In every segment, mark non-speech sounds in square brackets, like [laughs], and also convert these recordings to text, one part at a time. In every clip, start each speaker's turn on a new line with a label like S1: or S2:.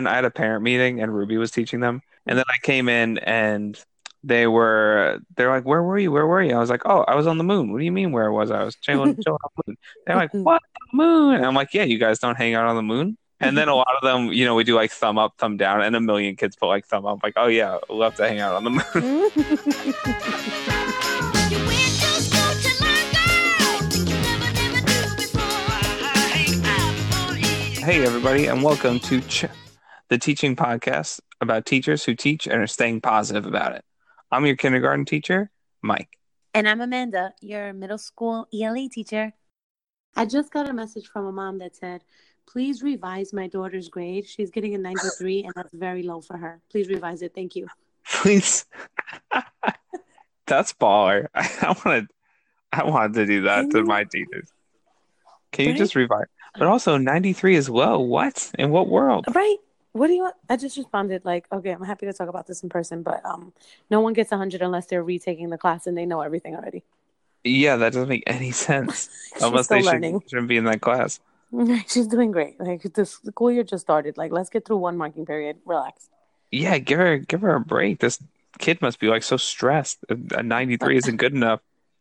S1: and I had a parent meeting and Ruby was teaching them. And then I came in and they were they're like, Where were you? Where were you? I was like, Oh, I was on the moon. What do you mean where was I? I was chilling, chilling on the moon. They're like, What the moon? And I'm like, Yeah, you guys don't hang out on the moon? And then a lot of them, you know, we do like thumb up, thumb down, and a million kids put like thumb up, like, oh yeah, love to hang out on the
S2: [laughs]
S1: moon. [laughs] Hey, everybody, and welcome to Ch- the teaching podcast about teachers who teach and are staying positive about it. I'm your kindergarten teacher, Mike.
S3: And I'm Amanda, your middle school
S2: E
S3: ELE teacher.
S2: I just got a message from a mom that said, "Please revise my daughter's grade. She's getting a 93 and that's very low for her. Please revise it. Thank you."
S1: Please, that's baller. [laughs] I, wanted, I wanted to do that to my teachers. Can you
S3: Right?
S1: just revise? But also, 93 is low. What in what world?
S2: Right? What do you want? I just responded like, "Okay, I'm happy to talk about this in person, but um no one gets 100 unless they're retaking the class and they know everything already."
S1: Yeah, that doesn't make any [laughs] sense.
S2: [laughs]
S1: [laughs]
S2: She's
S1: Unless
S2: still
S1: they should,
S2: learning. [laughs]
S1: shouldn't be in that class.
S2: She's doing great. Like this the school year just started. Like let's get through one marking period. Relax.
S1: Yeah, give her give her a break. This kid must be like so stressed. A a
S2: [laughs]
S1: 93 isn't good enough.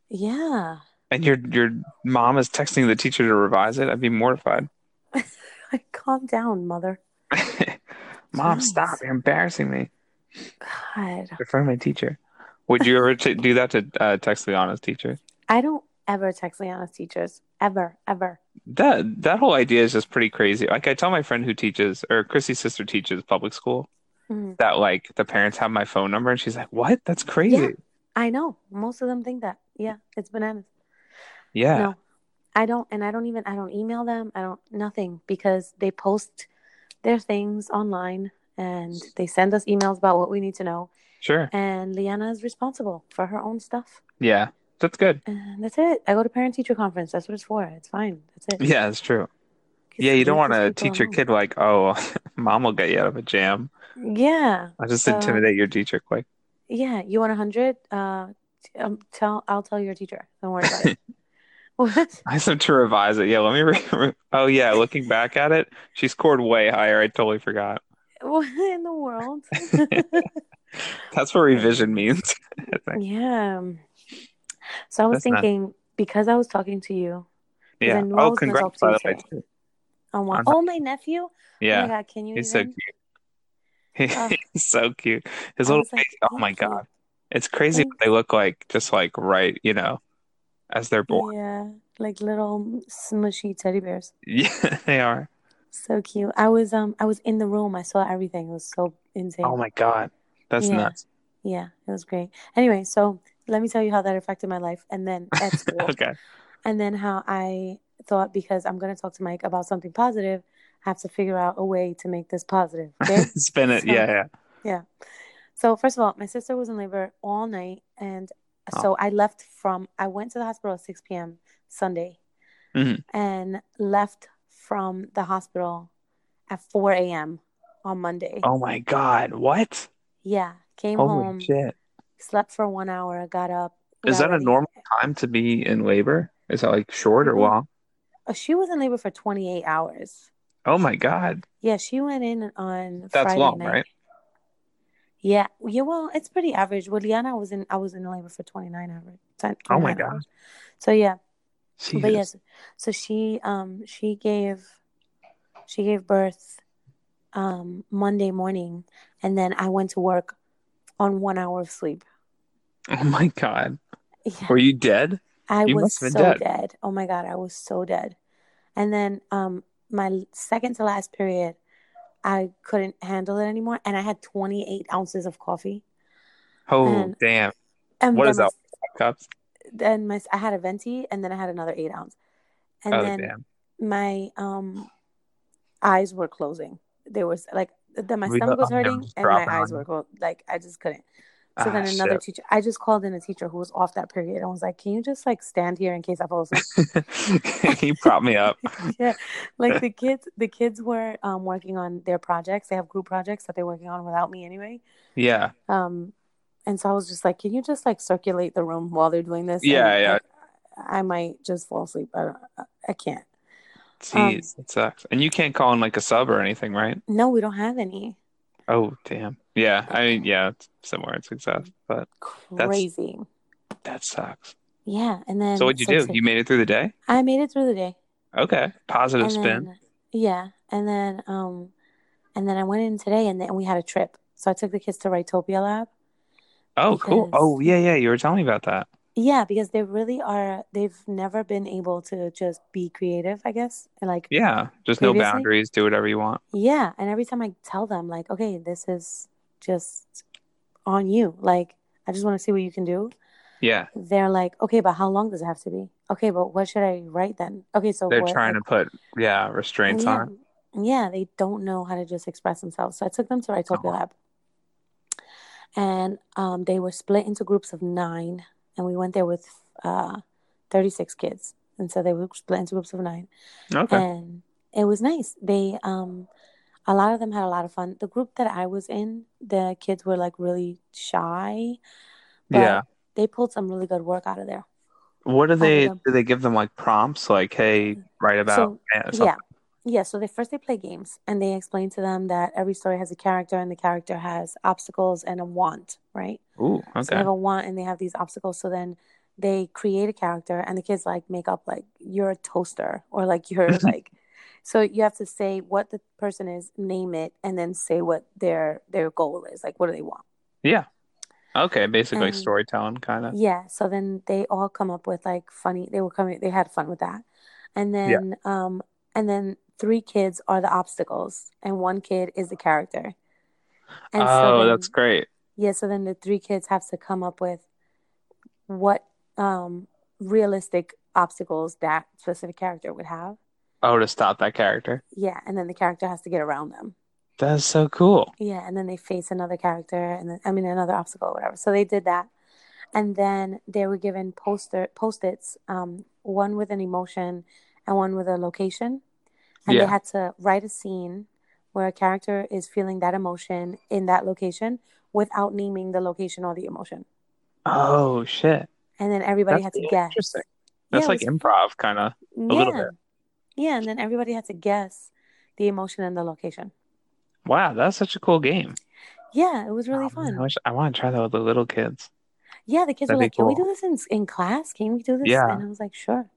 S2: Yeah.
S1: and your your mom is texting the teacher to revise it, I'd be mortified.
S2: [laughs]
S1: [laughs]
S2: Like calm down, mother.
S1: mom,
S2: Jeez.
S1: stop! You're embarrassing me
S2: God.
S1: in front of my teacher. Would you ever t- do that to uh, text the honest teacher?
S2: I don't ever text Liana's teachers. Ever, ever.
S1: That that whole idea is just pretty crazy. Like I tell my friend who teaches, or Chrissy's sister teaches public school,
S2: Mhm.
S1: that like the parents have my phone number, and she's like, "What? That's crazy."
S2: Yeah. I know. Most of them think that. Yeah, it's bananas.
S1: Yeah.
S2: No. I don't and I don't even I don't email them. I don't nothing because they post their things online and they send us emails about what we need to know.
S1: Sure.
S2: And Liana is responsible for her own stuff.
S1: Yeah, that's good.
S2: And that's it. I go to parent teacher conference. That's what it's for. It's fine. That's it.
S1: Yeah, that's true.
S2: Just
S1: Yeah, you don't
S2: leave
S1: want
S2: these
S1: to
S2: people
S1: teach your
S2: alone.
S1: kid like, "Oh, [laughs] mom will get you out of a jam."
S2: Yeah.
S1: I'll just
S2: So-
S1: intimidate your teacher quick. [laughs]
S2: Yeah, you want a hundred? Uh, t- um, tell I'll tell your teacher. Don't worry
S1: [laughs]
S2: about it. What?
S1: I just have to revise it. Yeah, let me. Re- re- oh yeah, looking back at it, she scored way higher. I totally forgot.
S2: What in the world? [laughs]
S1: That's what revision means. [laughs]
S2: yeah. So I was
S1: That's not-
S2: thinking because I was talking to you
S1: yeah.
S2: Then
S1: oh,
S2: Rose can
S1: congrats
S2: talk to
S1: by
S2: you
S1: the way.
S2: today. on one,
S1: On her-
S2: oh my nephew. Oh my
S1: Uh-huh. Yeah,
S2: god, can you?
S1: he's so
S2: even?
S1: cute. [laughs] He's
S2: Oh.
S1: so cute. His
S2: I
S1: little
S2: was like,
S1: face. Oh my
S2: thank you.
S1: god, it's crazy what they look like. Just like right, you know, as they're born. [laughs]
S2: Yeah, like little smushy teddy bears.
S1: Yeah, they are.
S2: So cute. I was um I was in the room. I saw everything. It was so insane.
S1: Oh my god, that's
S2: Yeah.
S1: nuts.
S2: Yeah, it was great. Anyway, so let me tell you how that affected my life, and then at
S1: [laughs]
S2: school.
S1: Okay.
S2: and then how I thought because I'm going to talk to Mike about something positive, I have to figure out a way to make this positive.
S1: [laughs]
S2: Okay.
S1: Spin it.
S2: So-
S1: Yeah, yeah.
S2: so first of all, my sister was in labor all night, and so I left from I went to the hospital at 6 p.m. Sunday,
S1: Mhm.
S2: and left from the hospital at 4 a.m. on Monday.
S1: Oh my god, what?
S2: Yeah, came
S1: Holy
S2: home,
S1: shit.
S2: slept for one hour, got up.
S1: Is
S2: got
S1: that a
S2: ready.
S1: normal time to be in labor? Is that like short or
S2: Mhm.
S1: long?
S2: Oh, She was in labor for 28 hours.
S1: Oh my god.
S2: Yeah, she went in on
S1: That's
S2: Friday
S1: long,
S2: night.
S1: right?
S2: Yeah, yeah. Well, it's pretty average. With Liana, I was in I was in labor for twenty nine hours. 10
S1: Oh my
S2: 29
S1: God.
S2: hours. So yeah, but
S1: Jesus.
S2: yes, so she um she gave she gave birth um Monday morning, and then I went to work on one hour of sleep. [laughs]
S1: Oh my God.
S2: Yeah,
S1: Were you dead?
S2: I
S1: you
S2: was
S1: must have
S2: so
S1: been
S2: dead.
S1: dead.
S2: Oh my god, I was so dead. And then um my second to last period, I couldn't handle it anymore, and I had twenty eight ounces of coffee.
S1: Oh,
S2: Man.
S1: damn.
S2: And
S1: What
S2: then
S1: is
S2: my
S1: that? Cups?
S2: then my I had a venti and then I had another eight ounce, and
S1: Oh,
S2: then
S1: damn.
S2: my um eyes were closing. They were like then my
S1: We
S2: stomach
S1: got-
S2: was
S1: oh, no,
S2: hurting
S1: just
S2: and my
S1: dropping
S2: eyes
S1: on
S2: were closed. Like I just couldn't. So
S1: Ah,
S2: then another
S1: shit.
S2: teacher, I just called in a teacher who was off that period and was like, "Can you just like stand here in case I fall asleep?"
S1: [laughs] He propped me up.
S2: yeah,
S1: [laughs]
S2: like the kids, the kids were um working on their projects. They have group projects that they're working on without me anyway.
S1: Yeah.
S2: Um, and so I was just like, "Can you just like circulate the room while they're doing this?"
S1: Yeah,
S2: And,
S1: yeah.
S2: like, I might just fall asleep. I don't. I can't.
S1: Jeez, that sucks. And you can't call in like a sub or anything, right?
S2: No, we don't have any.
S1: Oh, damn. Yeah, I mean, yeah, it's similar in success, but
S2: Crazy.
S1: that sucks.
S2: Yeah, and then
S1: So what'd you do?
S2: six-
S1: You made it through the day?
S2: I made it through the day.
S1: Okay, positive
S2: and
S1: spin.
S2: Then, yeah, and then um, and then I went in today, and then we had a trip. So I took the kids to Rytopia Lab.
S1: oh, cool.
S2: because-
S1: Oh, yeah, yeah. You were telling me about that.
S2: Yeah, because they really are. They've never been able to just be creative, I guess. And like,
S1: Yeah, just no
S2: Previously?
S1: boundaries. Do whatever you want.
S2: yeah. And every time I tell them, like, okay, this is just on you. Like, I just want to see what you can do.
S1: Yeah,
S2: They're like, okay, but how long does it have to be? Okay, but what should I write then? Okay, so
S1: they're
S2: what,
S1: trying to put yeah restraints
S2: yeah,
S1: on. it.
S2: yeah, they don't know how to just express themselves. So I took them to Rytopia
S1: Oh.
S2: Lab. And um, they were split into groups of nine. And we went there with uh, 36 kids. And so they were split into groups of nine.
S1: Okay.
S2: And uh, it was nice. They, um, a lot of them had a lot of fun. The group that I was in, the kids were like really shy. But
S1: yeah.
S2: They pulled some really good work out of there.
S1: What do they
S2: them.
S1: do? They give them like prompts, like, "Hey, write about
S2: So,
S1: eh, something.
S2: Yeah. Yeah. So they first they play games and they explain to them that every story has a character and the character has obstacles and a want, right?
S1: Ooh,
S2: So they
S1: okay.
S2: have a want and they have these obstacles. So then they create a character and the kids like make up like you're a toaster or like [laughs] you're like so you have to say what the person is, name it, and then say what their their goal is. Like what do they want?
S1: Yeah. Okay, basically like
S2: Um,
S1: storytelling kind of.
S2: Yeah. So then they all come up with like funny. They were coming. They had fun with that, and then um and then three kids are the obstacles, and one kid is the character. And so
S1: oh,
S2: then-
S1: that's great.
S2: yeah. So then the three kids have to come up with what um realistic obstacles that specific character would have.
S1: Oh, to stop that character.
S2: Yeah, and then the character has to get around them.
S1: That's so cool.
S2: Yeah, and then they face another character, and then I mean another obstacle, or whatever. So they did that, and then they were given poster post its, um, one with an emotion, and one with a location, and
S1: Yeah.
S2: they had to write a scene where a character is feeling that emotion in that location without naming the location or the emotion,
S1: Oh shit.
S2: and then everybody
S1: That's
S2: had to guess.
S1: interesting.
S2: Yeah,
S1: That's
S2: it
S1: like
S2: was-
S1: improv kind of.
S2: yeah.
S1: little bit.
S2: Yeah, and then everybody had to guess the emotion and the location.
S1: Wow, that's such a cool game.
S2: Yeah, it was really
S1: Oh, man,
S2: fun.
S1: I wish I want to try that with the little kids.
S2: Yeah, the kids
S1: That'd
S2: were
S1: be
S2: like, "Can we
S1: cool.
S2: do this in in class? Can we do this?"
S1: Yeah.
S2: And I was like, "Sure."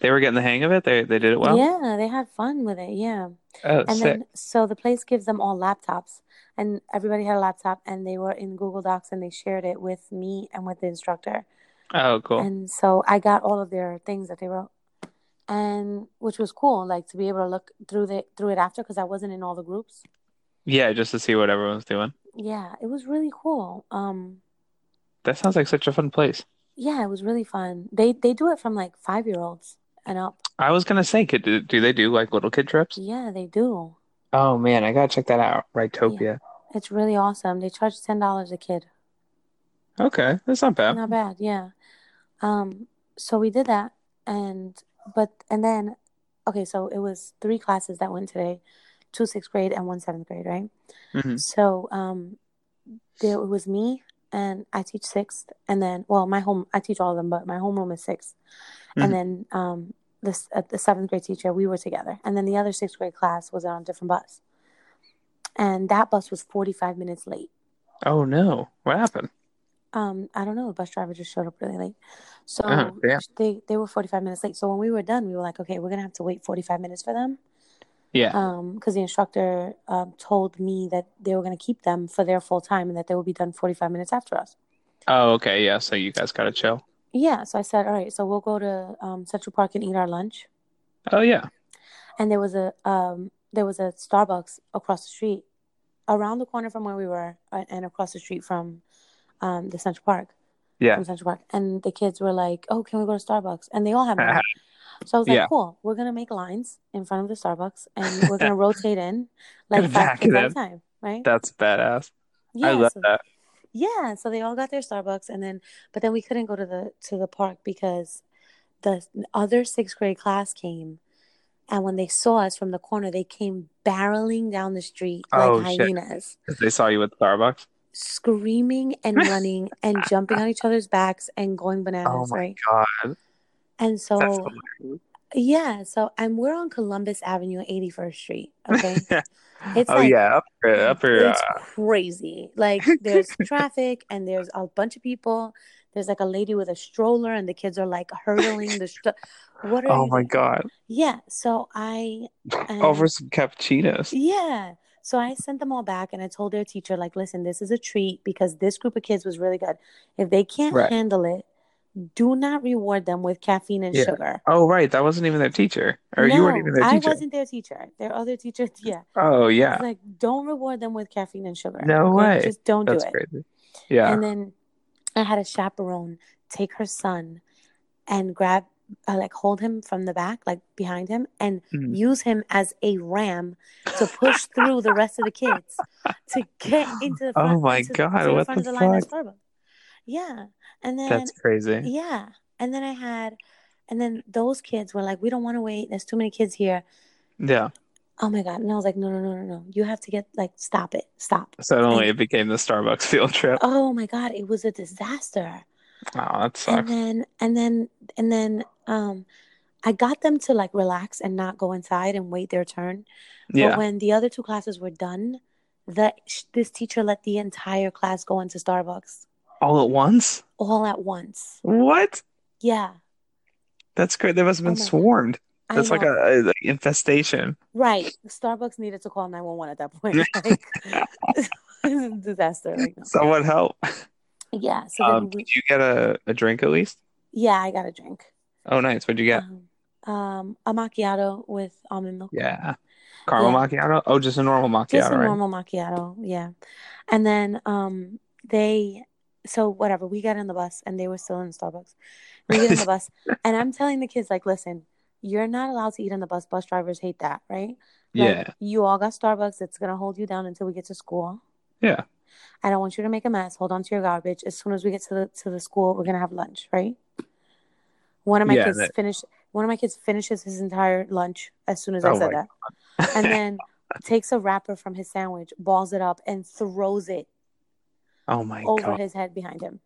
S1: They were getting the hang of it. They they did it well.
S2: yeah, they had fun with it. Yeah,
S1: Oh,
S2: and
S1: sick.
S2: then so the place gives them all laptops, and everybody had a laptop, and they were in Google Docs, and they shared it with me and with the instructor,
S1: oh, cool.
S2: and so I got all of their things that they wrote, and which was cool, like to be able to look through the through it after because I wasn't in all the groups.
S1: yeah, just to see what everyone's doing.
S2: Yeah, it was really cool. Um,
S1: That sounds like such a fun place.
S2: Yeah, it was really fun. They they do it from like five year olds and up.
S1: I was gonna say, could do, do they do like little kid trips?
S2: Yeah, they do.
S1: Oh man, I gotta check that out. Rightopia.
S2: It's really awesome. They charge ten dollars a kid.
S1: Okay, that's not bad.
S2: Not bad, yeah. Um, so we did that and but and then okay, so it was three classes that went today, two sixth grade and one seventh grade, right?
S1: Mhm.
S2: So um there it was me and I teach sixth and then well my home I teach all of them, but my homeroom is 6th
S1: Mhm.
S2: And then um this uh, the seventh grade teacher, we were together. And then the other sixth grade class was on a different bus. And that bus was forty five minutes late.
S1: Oh no, what happened?
S2: Um, I don't know, the bus driver just showed up really late. So
S1: Oh, damn.
S2: they, they were forty five minutes late. So when we were done, we were like, Okay, we're gonna have to wait forty five minutes for them.
S1: Yeah.
S2: Um, because the instructor um, told me that they were gonna keep them for their full time and that they would be done forty five minutes after us.
S1: Oh, okay. Yeah. So you guys gotta chill.
S2: Yeah, so I said, All right, so we'll go to um, Central Park and eat our lunch.
S1: Oh yeah.
S2: and there was a um there was a Starbucks across the street, around the corner from where we were, uh, and across the street from um the Central Park.
S1: Yeah.
S2: From Central Park, and the kids were like, "Oh, can we go to Starbucks?" And they all
S1: [laughs]
S2: had money, so I was like,
S1: Yeah.
S2: "Cool, we're gonna make lines in front of the Starbucks, and we're
S1: [laughs]
S2: gonna rotate in like
S1: Back
S2: five kids
S1: it
S2: at a
S1: up.
S2: time, right?"
S1: That's badass. I
S2: Yeah,
S1: love
S2: so-
S1: that.
S2: yeah, so they all got their Starbucks, and then but then we couldn't go to the to the park because the other sixth grade class came, and when they saw us from the corner, they came barreling down the street like
S1: Oh, shit.
S2: hyenas,
S1: 'Cause They saw you at Starbucks.
S2: screaming
S1: [laughs]
S2: and running and jumping on each other's backs and going bananas,
S1: Oh my
S2: right?
S1: God.
S2: And so
S1: That's hilarious.
S2: Yeah, so and we're on Columbus Avenue, 81st Street. Okay.
S1: [laughs]
S2: It's
S1: oh
S2: like-
S1: yeah, upper upper.
S2: it's
S1: uh,
S2: crazy.
S1: [laughs]
S2: Like there's traffic and there's a bunch of people. There's like a lady with a stroller and the kids are like hurdling the. Stro- what are
S1: oh
S2: you
S1: my
S2: doing?
S1: god!
S2: Yeah, so
S1: [laughs]
S2: I. um,
S1: Over some cappuccinos.
S2: Yeah. So I sent them all back and I told their teacher, like, listen, this is a treat because this group of kids was really good. If they can't
S1: Right.
S2: handle it, do not reward them with caffeine and
S1: Yeah.
S2: sugar.
S1: Oh right, that wasn't even their teacher, or you weren't
S2: No,
S1: even their
S2: I
S1: teacher.
S2: wasn't their teacher. Their other teacher, [laughs] yeah.
S1: Oh yeah,
S2: It's like, don't reward them with caffeine and sugar.
S1: No way.
S2: Just don't
S1: that's
S2: do it.
S1: crazy. Yeah.
S2: And then I had a chaperone take her son and grab, uh, like, hold him from the back, like behind him, and
S1: Mhm.
S2: use him as a ram to
S1: [laughs]
S2: push through the rest of the kids to get into the
S1: Oh
S2: front,
S1: my
S2: into-
S1: God,
S2: to the
S1: what
S2: front
S1: the
S2: of the line at Starbucks. Yeah, and then
S1: That's crazy.
S2: yeah, and then I had, and then those kids were like, "We don't want to wait. There's too many kids here."
S1: Yeah.
S2: Oh my god! And I was like, "No, no, no, no, no! You have to get like, stop it, stop."
S1: Suddenly it became the Starbucks field
S2: [laughs]
S1: trip.
S2: Oh my god! It was a disaster.
S1: Oh, that
S2: and
S1: sucks.
S2: then and then and then um i got them to like relax and not go inside and wait their turn but
S1: Yeah.
S2: when the other two classes were done the sh- this teacher let the entire class go into starbucks
S1: All at once?
S2: all at once
S1: What?
S2: yeah
S1: That's great. They must have
S2: Oh
S1: been
S2: my God.
S1: swarmed.
S2: I
S1: That's like
S2: know.
S1: a, a- like infestation.
S2: right starbucks needed to call 911 at that
S1: [laughs]
S2: point [laughs] like it's a disaster like no.
S1: Someone help.
S2: yeah so then
S1: Um,
S2: we,
S1: did you get a, a drink at least?
S2: yeah i got a drink
S1: Oh, nice. What'd you get?
S2: um, um a macchiato with almond milk
S1: Yeah. Caramel
S2: Yeah.
S1: macchiato? Oh, just a normal macchiato,
S2: just a
S1: right?
S2: normal macchiato yeah and then um they so whatever we got on the bus and they were still in starbucks we get
S1: [laughs]
S2: on the bus and i'm telling the kids like listen you're not allowed to eat on the bus bus drivers hate that right Like,
S1: Yeah.
S2: you all got starbucks it's gonna hold you down until we get to school
S1: Yeah.
S2: i don't want you to make a mess hold on to your garbage as soon as we get to the to the school we're gonna have lunch right one of my
S1: Yeah,
S2: kids
S1: that-
S2: finish one of my kids finishes his entire lunch as soon as i
S1: Oh
S2: said
S1: my [laughs]
S2: that and then takes a wrapper from his sandwich, balls it up, and throws it
S1: Oh my
S2: over
S1: God.
S2: his head behind him.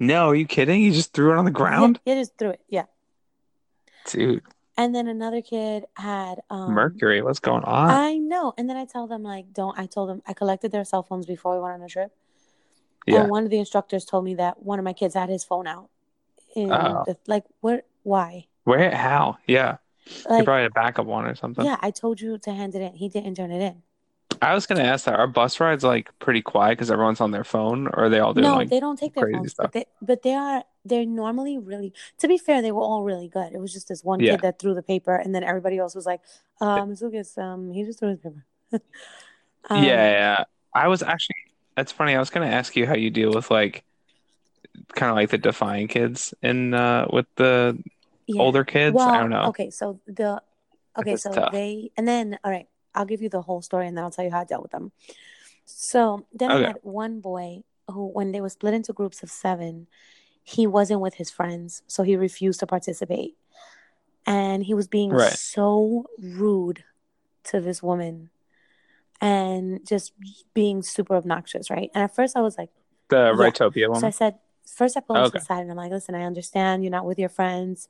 S1: No, are you kidding? You just threw it on the ground?
S2: Yeah, he just threw it. Yeah.
S1: Dude,
S2: And then another kid had um,
S1: Mercury, what's going on?
S2: I know. And then I tell them like, don't. I told them I collected their cell phones before we went on a trip.
S1: Yeah.
S2: And one of the instructors told me that one of my kids had his phone out. In
S1: Oh.
S2: the, like, what? Why?
S1: Where? How? Yeah. you
S2: Like,
S1: probably had a backup one or something.
S2: yeah, I told you to hand it in. He didn't turn it in.
S1: I was gonna ask that. Are bus rides like pretty quiet because everyone's on their phone, or are they all doing
S2: no,
S1: like?
S2: they don't take their
S1: crazy
S2: phones,
S1: stuff.
S2: but they but they are they're normally really. To be fair, they were all really good. It was just this one
S1: Yeah.
S2: kid that threw the paper, and then everybody else was like, um, "Miss Lucas, um, he just threw his paper." [laughs] um,
S1: Yeah, yeah, yeah. I was actually. That's funny. I was gonna ask you how you deal with like, kind of like the defiant kids and uh, with the
S2: yeah.
S1: older kids.
S2: Well,
S1: I don't know.
S2: okay, so the okay,
S1: It's
S2: so
S1: tough.
S2: they and then all right, I'll give you the whole story, and then I'll tell you how I dealt with them. So then
S1: Okay.
S2: I had one boy who, when they were split into groups of seven, he wasn't with his friends, so he refused to participate, and he was being
S1: Right.
S2: so rude to this woman, and just being super obnoxious, right? And at first I was like,
S1: The
S2: yeah.
S1: Rytopia
S2: so I
S1: woman.
S2: said, first I pulled him to
S1: Okay.
S2: the side and I'm like, listen, I understand you're not with your friends,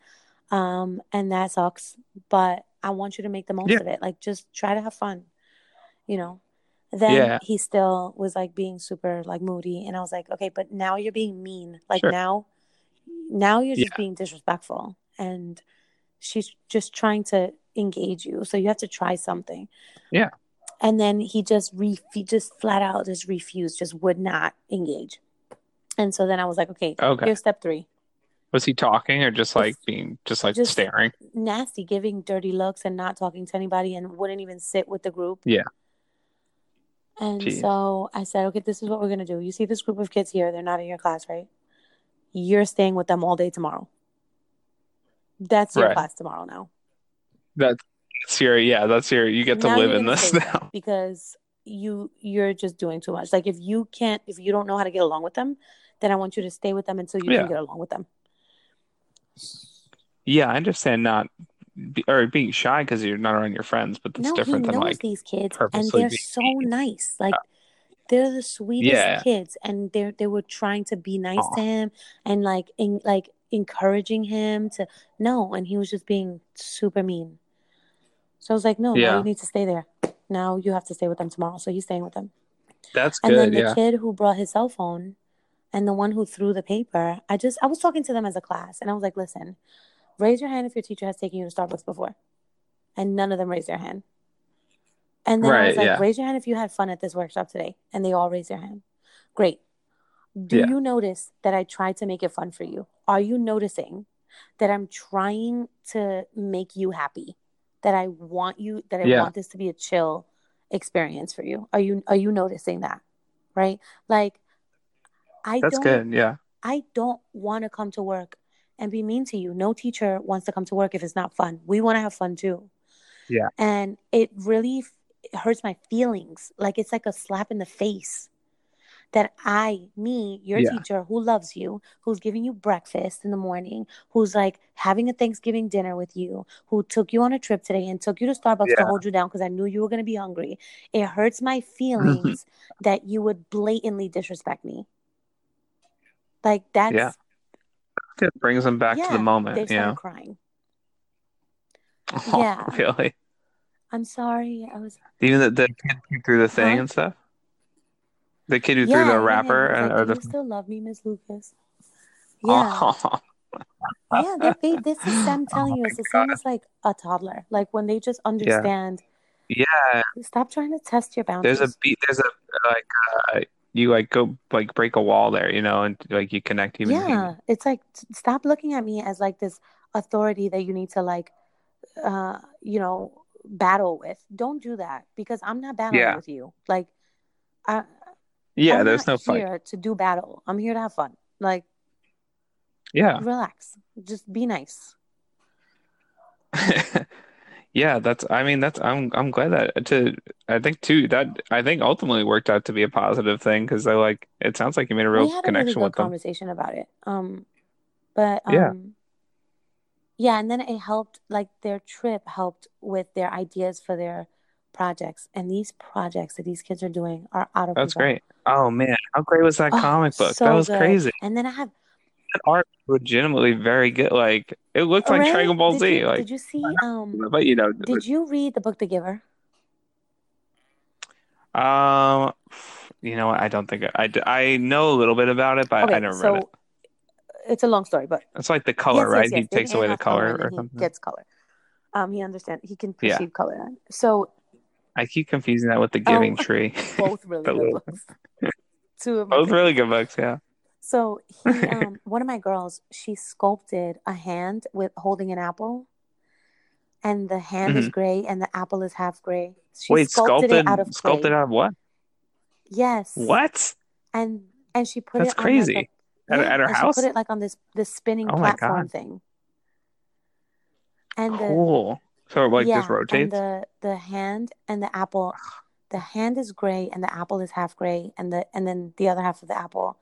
S2: um, and that sucks, but I want you to make the most
S1: Yeah.
S2: of it. Like, just try to have fun, you know. Then
S1: Yeah.
S2: he still was like being super like moody, and I was like, okay, but now you're being mean. Like
S1: Sure.
S2: now, now you're just being disrespectful, and she's just trying to engage you. So you have to try something.
S1: Yeah.
S2: And then he just re- he just flat out just refused, just would not engage. And so then I was like, okay,
S1: Okay.
S2: here's step three.
S1: Was he talking or just like being just like
S2: Just-
S1: staring?
S2: Nasty, giving dirty looks and not talking to anybody and wouldn't even sit with the group.
S1: Yeah.
S2: And
S1: Jeez.
S2: so I said, okay, this is what we're going to do. You see this group of kids here, they're not in your class, right? You're staying with them all day tomorrow. That's your
S1: Right.
S2: class tomorrow now.
S1: That's, that's your yeah. That's your. You get to
S2: Now
S1: live
S2: you're
S1: in
S2: gonna
S1: this
S2: stay with them
S1: [laughs] now.
S2: because you you're just doing too much. Like if you can't if you don't know how to get along with them, then I want you to stay with them until you
S1: Yeah.
S2: can get along with them.
S1: Yeah, I understand not be, or being shy because you're not around your friends, but that's
S2: no, he
S1: different
S2: knows
S1: than like
S2: these kids and
S1: purposely
S2: they're
S1: being
S2: so nice. Like they're the sweetest
S1: Yeah.
S2: kids and they are they were trying to be nice
S1: Aw.
S2: to him and like in like encouraging him to no, and he was just being super mean. So I was like, no, now
S1: Yeah.
S2: you need to stay there. Now you have to stay with them tomorrow. So he's staying with them.
S1: That's
S2: And then
S1: good.
S2: the
S1: Yeah.
S2: kid who brought his cell phone and the one who threw the paper, I just I was talking to them as a class and I was like, listen, raise your hand if your teacher has taken you to Starbucks before. And none of them raised their hand. And then I was
S1: Right,
S2: like,
S1: yeah.
S2: raise your hand if you had fun at this workshop today. And they all raised their hand. Great. Do
S1: Yeah.
S2: you notice that I tried to make it fun for you? Are you noticing that I'm trying to make you happy? That I want you that I
S1: Yeah.
S2: want this to be a chill experience for you. Are you are you noticing that? Right? Like I
S1: That's
S2: don't
S1: good. Yeah.
S2: I don't want to come to work and be mean to you. No teacher wants to come to work if it's not fun. We want to have fun too.
S1: Yeah.
S2: And it really f- it hurts my feelings. Like it's like a slap in the face that I, me, your
S1: Yeah.
S2: teacher who loves you, who's giving you breakfast in the morning, who's like having a Thanksgiving dinner with you, who took you on a trip today and took you to Starbucks to
S1: Yeah.
S2: hold you down because I knew you were going to be hungry. It
S1: [laughs]
S2: hurts my feelings that you would blatantly disrespect me. Like that's
S1: Yeah. uh, It brings them back to
S2: yeah,
S1: the moment.
S2: They
S1: You
S2: started
S1: know.
S2: crying.
S1: [laughs] Oh,
S2: Yeah.
S1: really?
S2: I'm sorry. I was
S1: Even the, the kid who threw the thing
S2: Huh?
S1: and stuff. The kid who
S2: yeah,
S1: threw the
S2: even him.
S1: wrapper
S2: I was
S1: and
S2: like,
S1: or the
S2: Do you still love me, Miss Lucas?
S1: [laughs]
S2: Yeah.
S1: oh,
S2: Yeah, that babe, this is Sam
S1: [laughs]
S2: telling
S1: Oh
S2: you,
S1: my
S2: it's the same as like a toddler. Like when they just understand,
S1: yeah.
S2: stop trying to test your boundaries.
S1: There's a beat. There's a like uh, you like go like break a wall there. You know, and like you connect human. to human.
S2: yeah, it's like t- stop looking at me as like this authority that you need to like, uh, you know, battle with. Don't do that because I'm not battling
S1: Yeah.
S2: with you. Like, I,
S1: Yeah.
S2: I'm
S1: There's
S2: not
S1: no fight.
S2: here to do battle. I'm here to have fun. Like,
S1: Yeah.
S2: relax, just be nice.
S1: [laughs] Yeah, that's I mean that's I'm I'm glad that to I think too that I think ultimately worked out to be a positive thing because they like it sounds like you made a
S2: we
S1: real
S2: had a really
S1: connection
S2: good
S1: with them.
S2: conversation about it um but
S1: Yeah.
S2: um yeah and then it helped like their trip helped with their ideas for their projects and these projects that these kids are doing are out of
S1: That's
S2: control
S1: great. Oh man, how great was that
S2: oh
S1: comic book? That
S2: so
S1: was
S2: good
S1: crazy.
S2: and then i have
S1: That art was legitimately very good. Like it looked like
S2: right
S1: Dragon Ball
S2: did
S1: Z.
S2: you
S1: Like
S2: did you see um
S1: but you know
S2: did you read the book the giver
S1: um you know what? I don't think I, I I know a little bit about it, but I
S2: okay
S1: never read it.
S2: so it's a long story but
S1: It's like the color,
S2: yes
S1: right?
S2: yes
S1: He
S2: yes they
S1: takes
S2: didn't
S1: away the
S2: have color
S1: color
S2: and then
S1: or
S2: he
S1: something.
S2: gets color um he understands he can
S1: Yeah.
S2: perceive color so
S1: I keep confusing that with The
S2: oh
S1: Giving Tree. [laughs]
S2: both really
S1: The
S2: good
S1: little [laughs]
S2: books two of my
S1: Both really
S2: favorites
S1: good books, yeah.
S2: So
S1: [laughs]
S2: he, um, one of my girls, she sculpted a hand with holding an apple, and the hand is
S1: Mhm.
S2: gray and the apple is half gray. She
S1: Wait,
S2: sculpted it out
S1: sculpted
S2: of
S1: sculpted
S2: clay.
S1: out of what?
S2: Yes,
S1: What?
S2: and and she put
S1: That's
S2: it on like a
S1: crazy. At,
S2: yeah,
S1: at her
S2: and she put
S1: house?
S2: it like on this this spinning
S1: Oh my God.
S2: platform thing, and the
S1: Cool. So it like just
S2: yeah, and
S1: rotates?
S2: the the hand and the apple, the hand is gray and the apple is half gray, and the and then the other half of the apple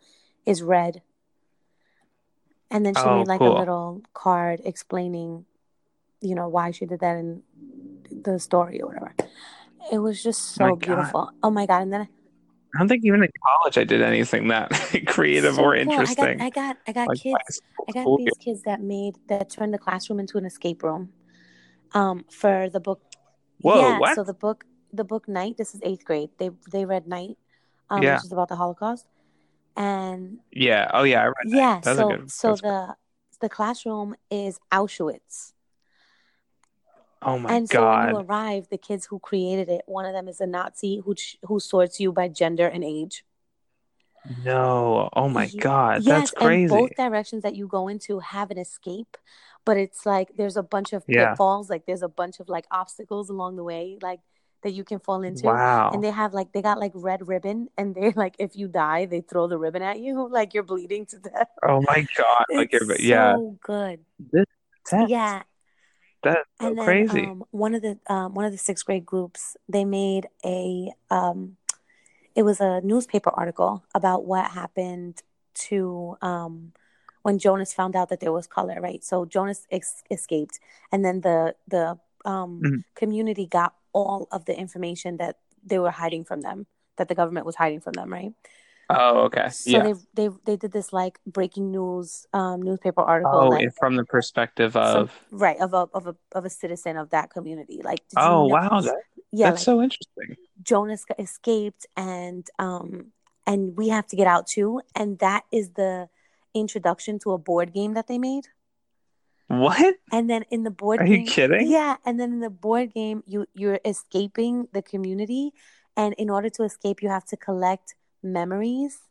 S2: is red. And then she made
S1: Oh,
S2: like a
S1: cool.
S2: little card explaining, you know, why she did that in the story or whatever. It was just
S1: My
S2: so
S1: God.
S2: beautiful. Oh my God. And then
S1: I don't think even in college I did anything that [laughs] creative
S2: so
S1: or
S2: cool. I got
S1: interesting.
S2: I got I got
S1: Like
S2: kids.
S1: last whole
S2: I got
S1: school year.
S2: these kids that made that turned the classroom into an escape room. Um for the book
S1: Whoa,
S2: yeah,
S1: what?
S2: so the book the book Night, this is eighth grade. They they read Night, um,
S1: Yeah.
S2: which is about the Holocaust. And
S1: Yeah. Oh yeah, I read that.
S2: yeah,
S1: That's a
S2: so
S1: good
S2: so
S1: that's good.
S2: the the classroom is Auschwitz.
S1: Oh my
S2: And so when you
S1: God.
S2: arrive, the kids who created it, one of them is a Nazi who ch- who sorts you by gender and age.
S1: No. Oh my
S2: Ye-
S1: God. That's
S2: yes, and
S1: crazy.
S2: both directions that you go into have an escape, but it's like there's a bunch of
S1: Yeah.
S2: pitfalls, like there's a bunch of like obstacles along the way, like that you can fall into. And
S1: Wow.
S2: they have like they got like red ribbon, and they [laughs] like if you die, they throw the ribbon at you, [laughs] like you're bleeding to death.
S1: Oh my God. Like
S2: It's
S1: everybody yeah.
S2: so good.
S1: This intense.
S2: Yeah,
S1: That's so
S2: and then
S1: crazy.
S2: um, one of the um, one of the sixth grade groups they made a um, it was a newspaper article about what happened to um, when Jonas found out that there was color, right? So Jonas ex- escaped, and then the the um,
S1: Mhm.
S2: community got all of the information that they were hiding from them, that the government was hiding from them, right?
S1: Oh, okay.
S2: So
S1: yeah.
S2: they they they did this like breaking news um newspaper article
S1: Oh,
S2: like,
S1: it- from the perspective
S2: some-
S1: of.
S2: right of a of a of a citizen of that community like did you
S1: Oh
S2: know-
S1: wow, that,
S2: yeah
S1: that's
S2: like,
S1: so interesting.
S2: Jonas got- escaped and um and we have to get out too and that is the introduction to a board game that they made
S1: What?
S2: and then in the board
S1: Are
S2: game
S1: you kidding?
S2: yeah and then in the board game you you're escaping the community and in order to escape you have to collect memories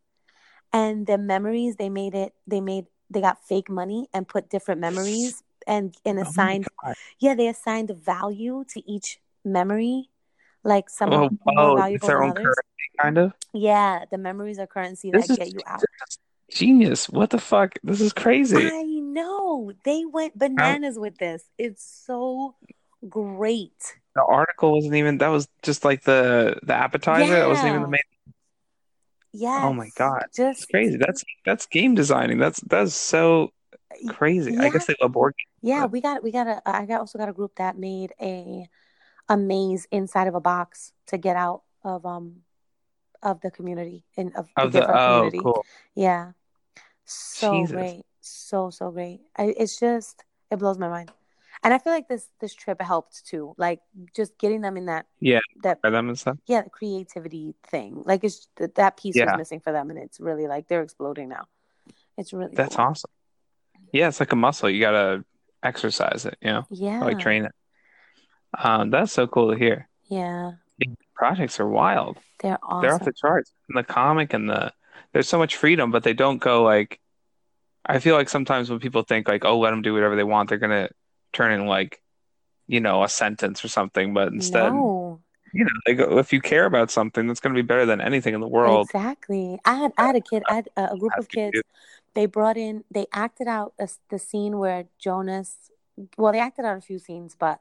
S2: and the memories they made it they made they got fake money and put different memories and and
S1: Oh my
S2: assigned
S1: God.
S2: yeah they assigned a value to each memory like some
S1: Oh,
S2: are more
S1: wow, it's
S2: valuable
S1: their
S2: than
S1: own
S2: others
S1: currency, kind of.
S2: yeah the memories are currency
S1: This
S2: that
S1: is
S2: get you out
S1: genius. What the fuck? This is crazy.
S2: I know. They went bananas with this. It's so great.
S1: The article wasn't even. That was just like the the appetizer. That wasn't even the
S2: Yeah.
S1: main.
S2: Yeah.
S1: Oh my God. It's
S2: Just
S1: crazy. That's that's game designing. That's that's so crazy. I
S2: yeah.
S1: guess they love board games.
S2: yeah, we got we got a I got also got a group that made a a maze inside of a box to get out of um of the community and of,
S1: Of the
S2: the different
S1: oh
S2: community.
S1: cool.
S2: Yeah. So
S1: Jesus.
S2: great. So so great. I, it's just it blows my mind. And I feel like this this trip helped too. Like just getting them in that
S1: Yeah.
S2: that
S1: By them and stuff.
S2: yeah, the creativity thing. Like it's that, that piece
S1: Yeah.
S2: was missing for them, and it's really like they're exploding now. It's really
S1: That's
S2: cool.
S1: awesome. Yeah, it's like a muscle. You gotta exercise it. You know,
S2: Yeah,
S1: like train it. Um, that's so cool to hear.
S2: yeah,
S1: Projects are wild.
S2: they're
S1: They're off
S2: awesome.
S1: the charts. And the comic and the there's so much freedom, but they don't go like. I feel like sometimes when people think like, oh, let them do whatever they want, they're gonna turn in like, you know, a sentence or something. But instead,
S2: no,
S1: you know, they go, if you care about something, that's gonna be better than anything in the world.
S2: exactly. I had I had a kid. I had a a group of kids. They brought in. They acted out a s the scene where Jonas. Well, they acted out a few scenes, but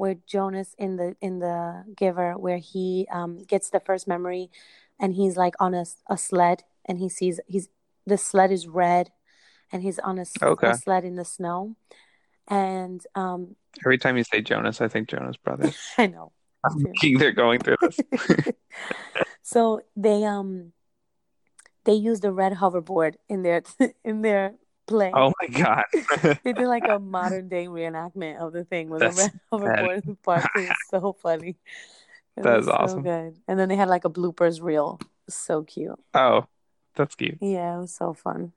S2: where Jonas in the in the Giver, where he um gets the first memory, and he's like on a s- a sled, and he sees he's the sled is red, and he's on a, s- a
S1: Okay.
S2: sled in the snow, and um [laughs]
S1: Every time you say Jonas, I think Jonas Brothers.
S2: I know.
S1: I'm
S2: True.
S1: thinking [laughs] they're going through this.
S2: so they um they use the red hoverboard in their [laughs] in their play.
S1: Oh my God. [laughs]
S2: They did like a modern day reenactment of the thing with a
S1: That's
S2: red [laughs] hoverboard in part two. It's so funny. It
S1: That
S2: was
S1: is awesome.
S2: so good. And then they had like a bloopers reel. So cute.
S1: Oh, that's cute.
S2: Yeah, it was so fun.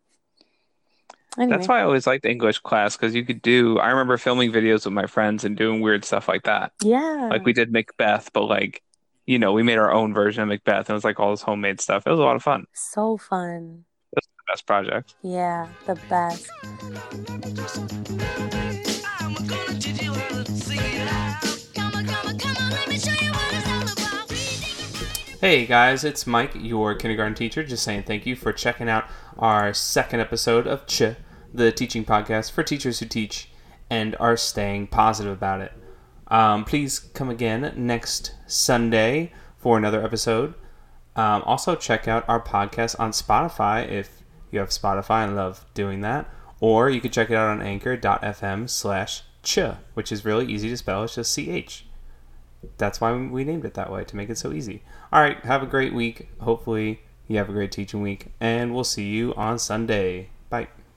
S2: Anyway,
S1: That's why I always liked English class because you could do. I remember filming videos with my friends and doing weird stuff like that.
S2: yeah,
S1: Like we did Macbeth, but like, you know, we made our own version of Macbeth and it was like all this homemade stuff. It was a lot of fun.
S2: so fun.
S1: Best project.
S2: Yeah, the best.
S4: Hey guys, it's Mike, your kindergarten teacher, just saying thank you for checking out our second episode of Ch, the teaching podcast for teachers who teach and are staying positive about it. Um, please come again next Sunday for another episode. Um, also, check out our podcast on Spotify if you have Spotify and love doing that. Or you can check it out on anchor.fm slash ch, which is really easy to spell. It's just ch that's why we named it that way to make it so easy. All right, have a great week. Hopefully, you have a great teaching week, and we'll see you on Sunday. Bye.